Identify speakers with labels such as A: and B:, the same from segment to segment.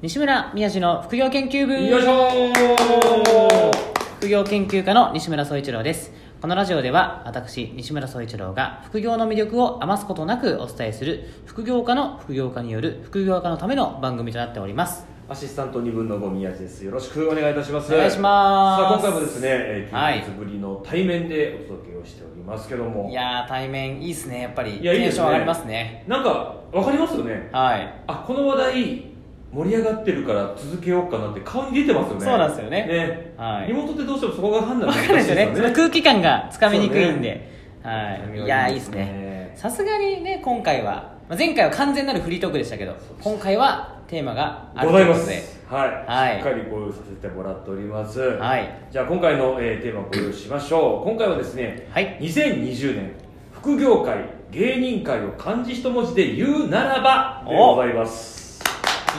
A: 西村宮治の副業研究部
B: よいしょー
A: 副業研究家の西村総一郎ですこのラジオでは私西村総一郎が副業の魅力を余すことなくお伝えする副業家の副業家による副業家のための番組となっております
B: アシスタント二分の五宮地ですよろしくお願いいたします
A: お願いします
B: さあ今回もですね、え
A: は
B: ー、
A: い
B: 近日ぶりの対面でお届けをしておりますけども
A: いやー対面いいっすねやっぱり
B: いやいい
A: テ
B: で
A: ン
B: す
A: シ
B: ね
A: ョン上がりますね
B: なんかわかりますよね
A: はい
B: あこの話題盛り上がってるから続けようかなって顔に出てますよね
A: そうなんですよね
B: ね、
A: はい
B: リモートってどうしてもそこが判断
A: わ
B: 難し
A: か
B: い
A: るんですよねその
B: よ
A: 空気感がつかみにくいんで、
B: そう
A: は
B: ね
A: いいやーいいっすねさすがにね今回はまあ前回は完全なるフリートークでしたけど今回はテーマがあると
B: ござ
A: い
B: いうま
A: こと
B: す
A: で
B: はい、
A: はい
B: しっかりご用意させてもらっております
A: はい
B: じゃあ今回の、えーテーマをご用意しましょう今回はですね
A: はい
B: 2020年副業界芸人界を漢字一文字で言うならばで
A: お
B: ございます、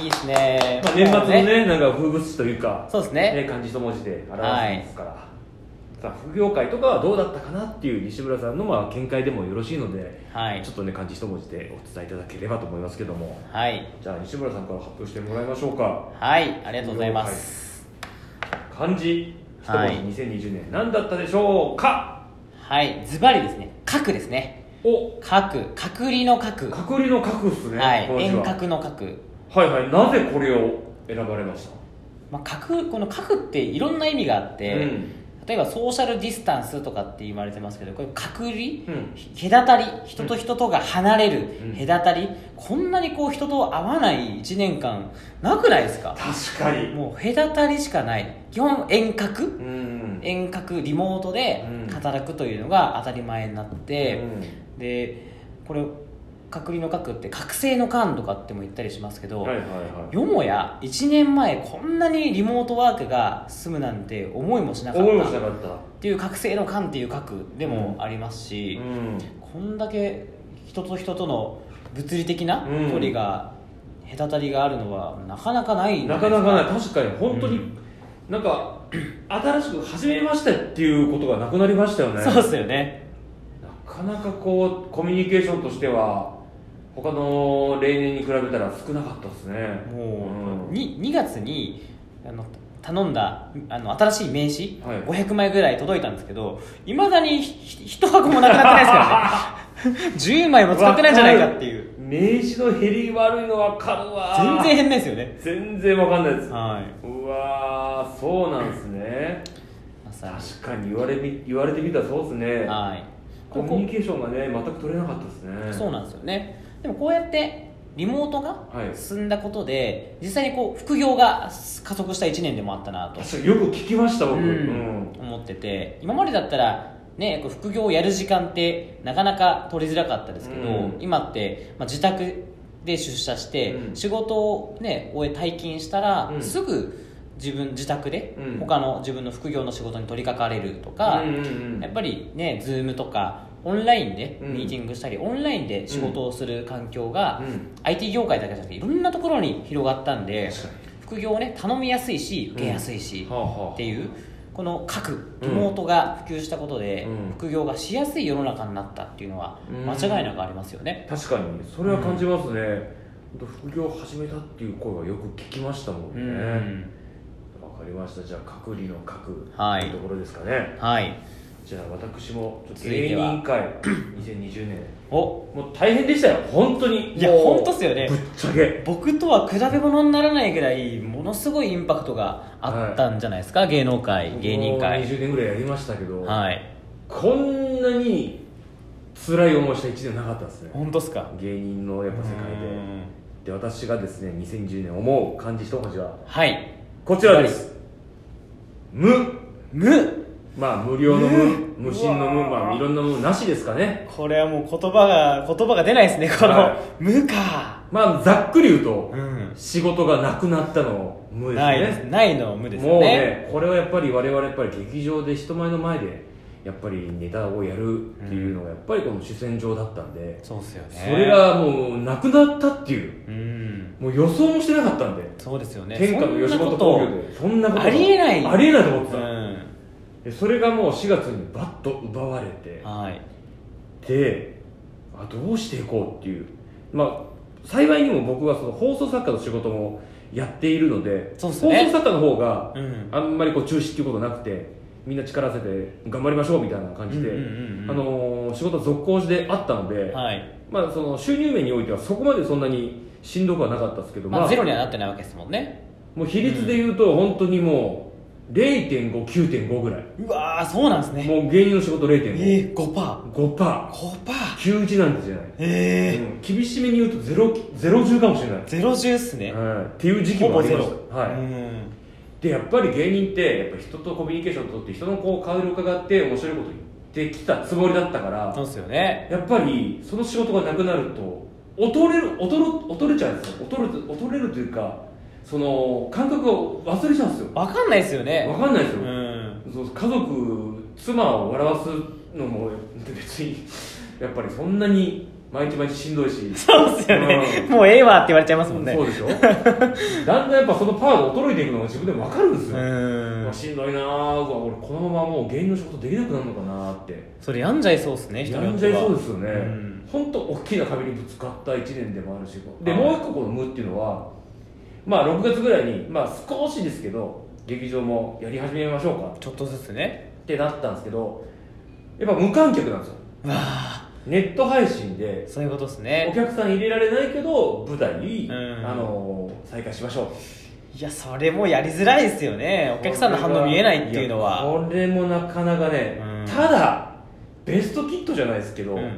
A: いいですね、
B: まあ、年末の
A: もう
B: ねなんか風物詩というか
A: そうですね
B: ね漢字一文字で表すんですから、さあ副業界とかはどうだったかなっていう西村さんのまあ見解でもよろしいので、
A: はい
B: ちょっとね漢字一文字でお伝えいただければと思いますけども
A: はい
B: じゃあ西村さんから発表してもらいましょうか
A: はいありがとうございます
B: 漢字一文
A: はい
B: 字2020年何だったでしょうか、
A: はいズバリですね核ですね
B: お
A: 核隔離の核
B: 隔離の核っすね、
A: はい
B: この字
A: 遠隔の核
B: はいはいなぜこれを選ばれました
A: まあ、核この核っていろんな意味があって、
B: うん
A: 例えばソーシャルディスタンスとかって言われてますけどこれ隔離、
B: ん
A: ひ隔たり人と人とが離れる、
B: うん
A: 隔たりこんなにこう人と会わない1年間なくないですか
B: 確かに
A: もう隔たりしかない基本遠隔、
B: うん
A: 遠隔リモートで
B: うん
A: 働くというのが当たり前になって、
B: うん
A: でこれ隔離の核って覚醒の間とかっても言ったりしますけど、
B: はいはいは
A: よもや1年前こんなにリモートワークが進むなんて思いもしないかっ
B: 思いもしたな
A: っ
B: かった
A: ていう覚醒の感っていう核でもあります
B: う
A: し、
B: ん
A: こんだけ人と人との物理的な
B: うん
A: 距離が、隔たりがあるのはなかなかないんじゃ
B: なかなかない
A: です
B: 確かに本当に、
A: うん
B: なんか新しく始めましたっていうことがなくなりましたよね
A: そうですよね
B: なかなかこうコミュニケーションとしては他の例年に比べたら少なかったですね
A: もう、
B: ん
A: に 2, 月にあの頼んだあの新しい名刺、
B: はい
A: 500枚ぐらい届いたんですけど、いまだに1箱もなくなってないです からね10枚も使ってないんじゃないかっていう
B: 名刺の減り悪いの分かるわ
A: 全然変ないですよね
B: 全然分かんないです
A: はい、
B: うわーそうなんですね
A: まさに
B: 確かに言われみ言われてみたらそうですね
A: はい
B: コ
A: こ
B: ミュニ
A: こ
B: ケーションがね全く取れなかったですね
A: そうなんですよねでもこうやってリモート
B: は
A: が
B: い
A: 進んだことで、実際にこう副業が加速した1年でもあったなと、
B: 確かによく聞きました僕、
A: う
B: うんん
A: 思ってて今までだったらね、こう副業をやる時間ってなかなか取りづらかったですけど、
B: うん
A: 今って、まあ、自宅で出社して、
B: うん
A: 仕事を、ね、終え退勤したら、
B: うん
A: すぐ自分自宅で
B: うん
A: 他の自分の副業の仕事に取り掛かれるとか、
B: うんうんうん
A: やっぱりね、Zoom とかオンラインで
B: うん
A: ミーティングしたり、オンラインで仕事をする環境が、
B: うん
A: IT 業界だけじゃなくていろんなところに広がったんで
B: 確かに
A: 副業をね頼みやすいし受けやすいし、
B: はあはあ
A: っていうこの各
B: う
A: リ
B: ん
A: モートが普及したことで、
B: うん
A: 副業がしやすい世の中になったっていうのは
B: うん
A: 間違いなくありますよね、
B: 確かにそれは感じますね、ほんと副業を始めたっていう声はよく聞きましたもん
A: う
B: ね、
A: ん
B: わかりましたじゃあ隔離の隔
A: はい
B: というところですかね
A: はい
B: じゃあ私もちょっと
A: 続い
B: 芸
A: ては
B: 人会2020年
A: お
B: もう大変でしたよ本当に
A: いや
B: もう
A: 本当っすよね
B: ぶっちゃけ
A: 僕とは比べ物にならないぐらいものすごいインパクトがあったんじゃないですか、芸能界芸人
B: もう
A: 界
B: 20年ぐらいやりましたけど、
A: はい
B: こんなに辛い思いした1年なかったですね
A: 本当っすか
B: 芸人のやっぱ世界
A: う
B: で
A: ん
B: で私がですね2010年思う漢字一文字は
A: はい
B: こちらです無
A: 無
B: まあ無料の無、
A: うん
B: 無心の無
A: うわー
B: まあいろんな無なしですかね
A: これはもう言葉が言葉が出ないですねこの、
B: はい
A: 無か
B: まあざっくり言うと、
A: うん
B: 仕事がなくなったの無ですね
A: ないですないの無です
B: も
A: よ
B: う
A: ね
B: ねこれはやっぱり我々やっぱり劇場で人前の前でやっぱりネタをやるっていうのがやっぱりこの主戦場だったんで、
A: そうっすよね
B: それがもうなくなったっていう
A: うん
B: もう予想もしてなかったんで、
A: そうですよね
B: 天下の吉本興業でそんなこと
A: ありえない
B: ありえないと思って
A: そ
B: た、
A: んな
B: でそれがもう4月にバッと奪われて
A: ことうんはい
B: であどうしていこうっていうまあ幸いにも僕はその放送作家の仕事もやっているので
A: そうっすね
B: 放送作家の方が
A: うん
B: あんまりこう中止っていうことなくてみんな力合わせて頑張りましょうみたいな感じで、
A: うんうんうんうん
B: あのー仕事は続行であったので、
A: はい
B: まあ、その収入面においてはそこまでそんなにしんどくはなかったですけど、
A: まあ、ゼロにはなってないわけですもんね
B: もう比率で言うと本当にもう0.59.5ぐらい、
A: うわーそうなんですね
B: もう芸人の仕事0.5、
A: えー、5%
B: 5%
A: 5%?
B: 91なんてじゃない、
A: え
B: うん厳しめに言うとゼロゼロ中かもしれない
A: ー、、ゼロ十っすね、
B: はい、っていう時期
A: ほ
B: も
A: ぼ
B: あり
A: ゼ
B: ま
A: ロ
B: した、はい
A: うん
B: でやっぱり芸人ってやっぱ人とコミュニケーションを取って人のこう顔色を伺って面白いこと言ってきたつもりだったから
A: そうっすよね
B: やっぱりその仕事がなくなると劣れる劣る劣れちゃうんですよ劣る劣れるというかその感覚を忘れちゃうんですよ
A: わかんないっすよね
B: わかんないですよ、
A: うん
B: そう家族妻を笑わすのも別にやっぱりそんなに毎日毎日しんどいし
A: そうっすよね、もうええわって言われちゃいますもんね
B: そうでしょだんだんやっぱそのパワーが衰えていくのが自分でも分かるんです
A: う
B: よ、まあ、
A: ん
B: しんどいなあうわ俺このままもう芸人の仕事できなくなるのかなって
A: それやんじゃいそうっすね人
B: や
A: によ
B: ん
A: っ
B: じゃ
A: て
B: い
A: は
B: そうですよね
A: うん
B: 本当、ほんと大きな壁にぶつかった1年でもあるしで
A: はい
B: もう一個この「無」っていうのはまあ6月ぐらいに、まあ、少しですけど劇場もやり始めましょうか
A: ちょっとずつね
B: ってなったんですけどやっぱ無観客なんですよ
A: うわあ
B: ネット配信で
A: そういうことっす
B: お
A: ね
B: 客さん入れられないけど舞台に、
A: うん
B: あの再開しましょう
A: いやそれもやりづらいですよねお客さんの反応見えないっていうのは
B: これもなかなかね、
A: うん
B: ただベストキットじゃないですけど、
A: うんうんうんうん
B: う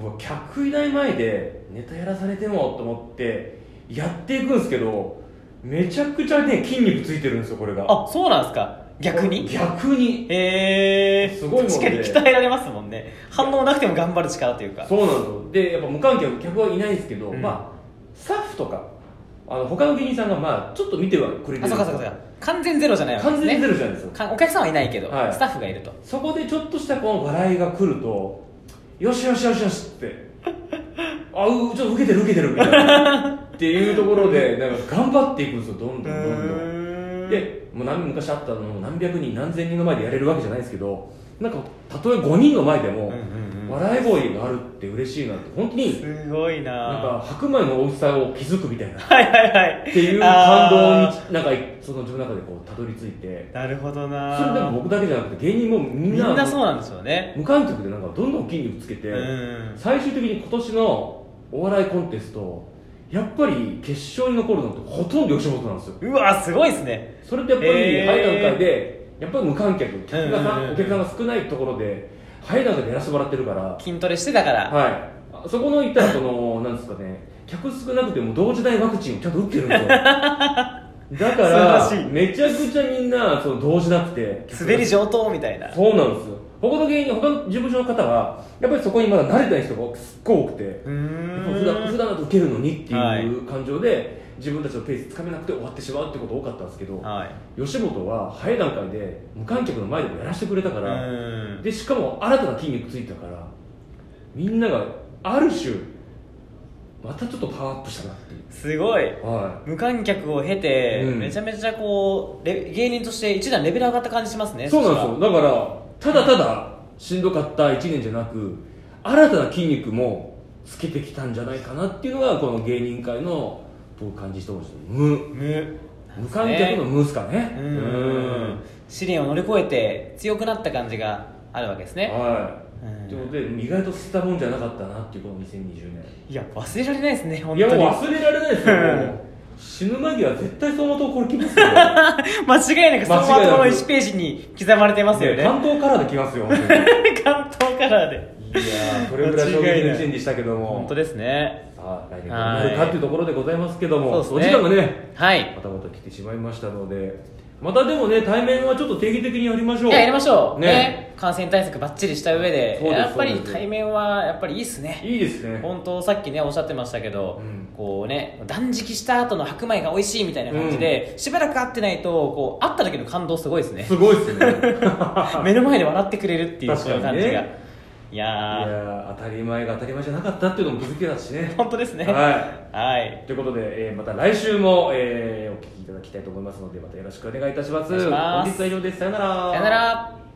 A: うん
B: わ客いない前でネタやらされてもと思ってやっていくんですけどめちゃくちゃね筋肉ついてるんですよこれが
A: あそうなんですか逆に
B: 逆に
A: えー、
B: すごいもんね
A: 確かに鍛えられますもんね反応なくても頑張る力というか
B: そうなんですよでやっぱ無観客客はいないんですけど、
A: うん
B: まあスタッフとかあの他の芸人さんがまあちょっと見てはくれてる
A: あそうかそうかそうか完全ゼロじゃないわけで
B: 完
A: すね
B: 全にゼロじゃないですよ
A: かお客さんはいないけど、
B: はい
A: スタッフがいると
B: そこでちょっとしたこの笑いが来るとよしよしよしよしってあうちょっと受けてる受けてるみたいなっていうところでなんか頑張っていくんですよどんどんどんどん
A: で
B: でもう何昔あったのも何百人何千人の前でやれるわけじゃないですけどなんかたとえ5人の前でも
A: うんうんうん
B: 笑い声があるって嬉しいなって本当に
A: すごいな
B: なんか白米の美味しさを気づくみたい なっ
A: はいはいはい
B: ていう感動になんかその自分の中でこうたどり着いて
A: になるほどな
B: それでも僕だけじゃなくて芸人もみ
A: み
B: ん
A: ん
B: な
A: なそうなんですよね
B: 無観客でなんかどんどん筋肉つけて
A: うん
B: 最終的に今年のお笑いコンテストやっぱり決勝に残るのってほとんど吉本なんですよ
A: うわすごいですね
B: それってやっぱり
A: へー
B: 早い段階でやっぱり無観客客がさ
A: うんうんうん
B: お客さんが少ないところで早い段階でやらせてもらってるから
A: 筋トレしてたから、
B: はいあそこのいったらそのなんですかね客少なくても同時代ワクチンをちゃんと打ってる んですよだか
A: 素晴ら
B: ら
A: しい
B: めちゃくちゃみんなその同時なくて
A: 滑り上等みたいな
B: そうなんですよ他の芸人他の事務所の方はやっぱりそこにまだ慣れてない人がすっごい多くて
A: う
B: 普段
A: ー
B: 普
A: ん
B: 段だと受けるのにって
A: はいいう
B: 感情で、自分たちのペースつかめなくて終わってしまうってこと多かったんですけど
A: はい
B: 吉本は早い段階で無観客の前でもやらせてくれたか
A: う
B: ら、
A: ーん
B: でしかも新たな筋肉ついたからみんながある種またちょっとパワーアップしたなってい
A: すごいう
B: は
A: 無観客を経て、
B: うん
A: めちゃめちゃこうレ芸人として一段レベル上がった感じしますね
B: いそうなんですよだからただただしんどかった1年じゃなく新たな筋肉もつけてきたんじゃないかなっていうのがこの芸人界の僕感じてました無
A: そしたらむ
B: 無観客の無っすかね
A: うーん試練を乗り越えて強くなった感じがあるわけですね
B: は
A: う
B: い
A: ん
B: ということで意外と捨てたもんじゃなかったなっていうこの2020年
A: いや忘れられないですね本
B: いや
A: 当
B: もう
A: に
B: 忘れられないですよ
A: うん
B: もう死ぬ間際絶対その後これ来 ますよ間
A: 間違いなくその
B: 間違いな
A: 後
B: く
A: の1ページに刻まれてますよね
B: 関東カラーで来ますよ本当にいや
A: 関東カラーで
B: ーこれぐらい衝撃の一年でしたけども
A: 本当ですね
B: さあ来年どうなるかっていうところでございますけども、
A: そう
B: お
A: で
B: 時
A: すね
B: 間がね
A: はい
B: またまた来てしまいましたのでまたでもね対面はちょっと定期的にやりましょう
A: いややりましょう
B: ね
A: ね感染対策ばっちりした上で
B: そうです
A: やっぱり
B: そうです
A: 対面はやっぱりいいっすね
B: いいですね
A: 本当さっきねおっしゃってましたけど、
B: うん
A: こうね断食した後の白米が美味しいみたいな感じで、しばらく会ってないとこう会った時の感動すごいですね
B: すごいですねい
A: 目の前で笑ってくれるっていう
B: 確かにね
A: 感じが、いやー
B: やー当たり前が当たり前じゃなかったっていうのも気づけたしね
A: 本当ですね
B: はい
A: はい
B: ということで、えーまた来週も、えーお聞きいただきたいと思いますのでまたよろしくお願いいたします
A: お願いします
B: 本日は以上ですさよなら
A: さよなら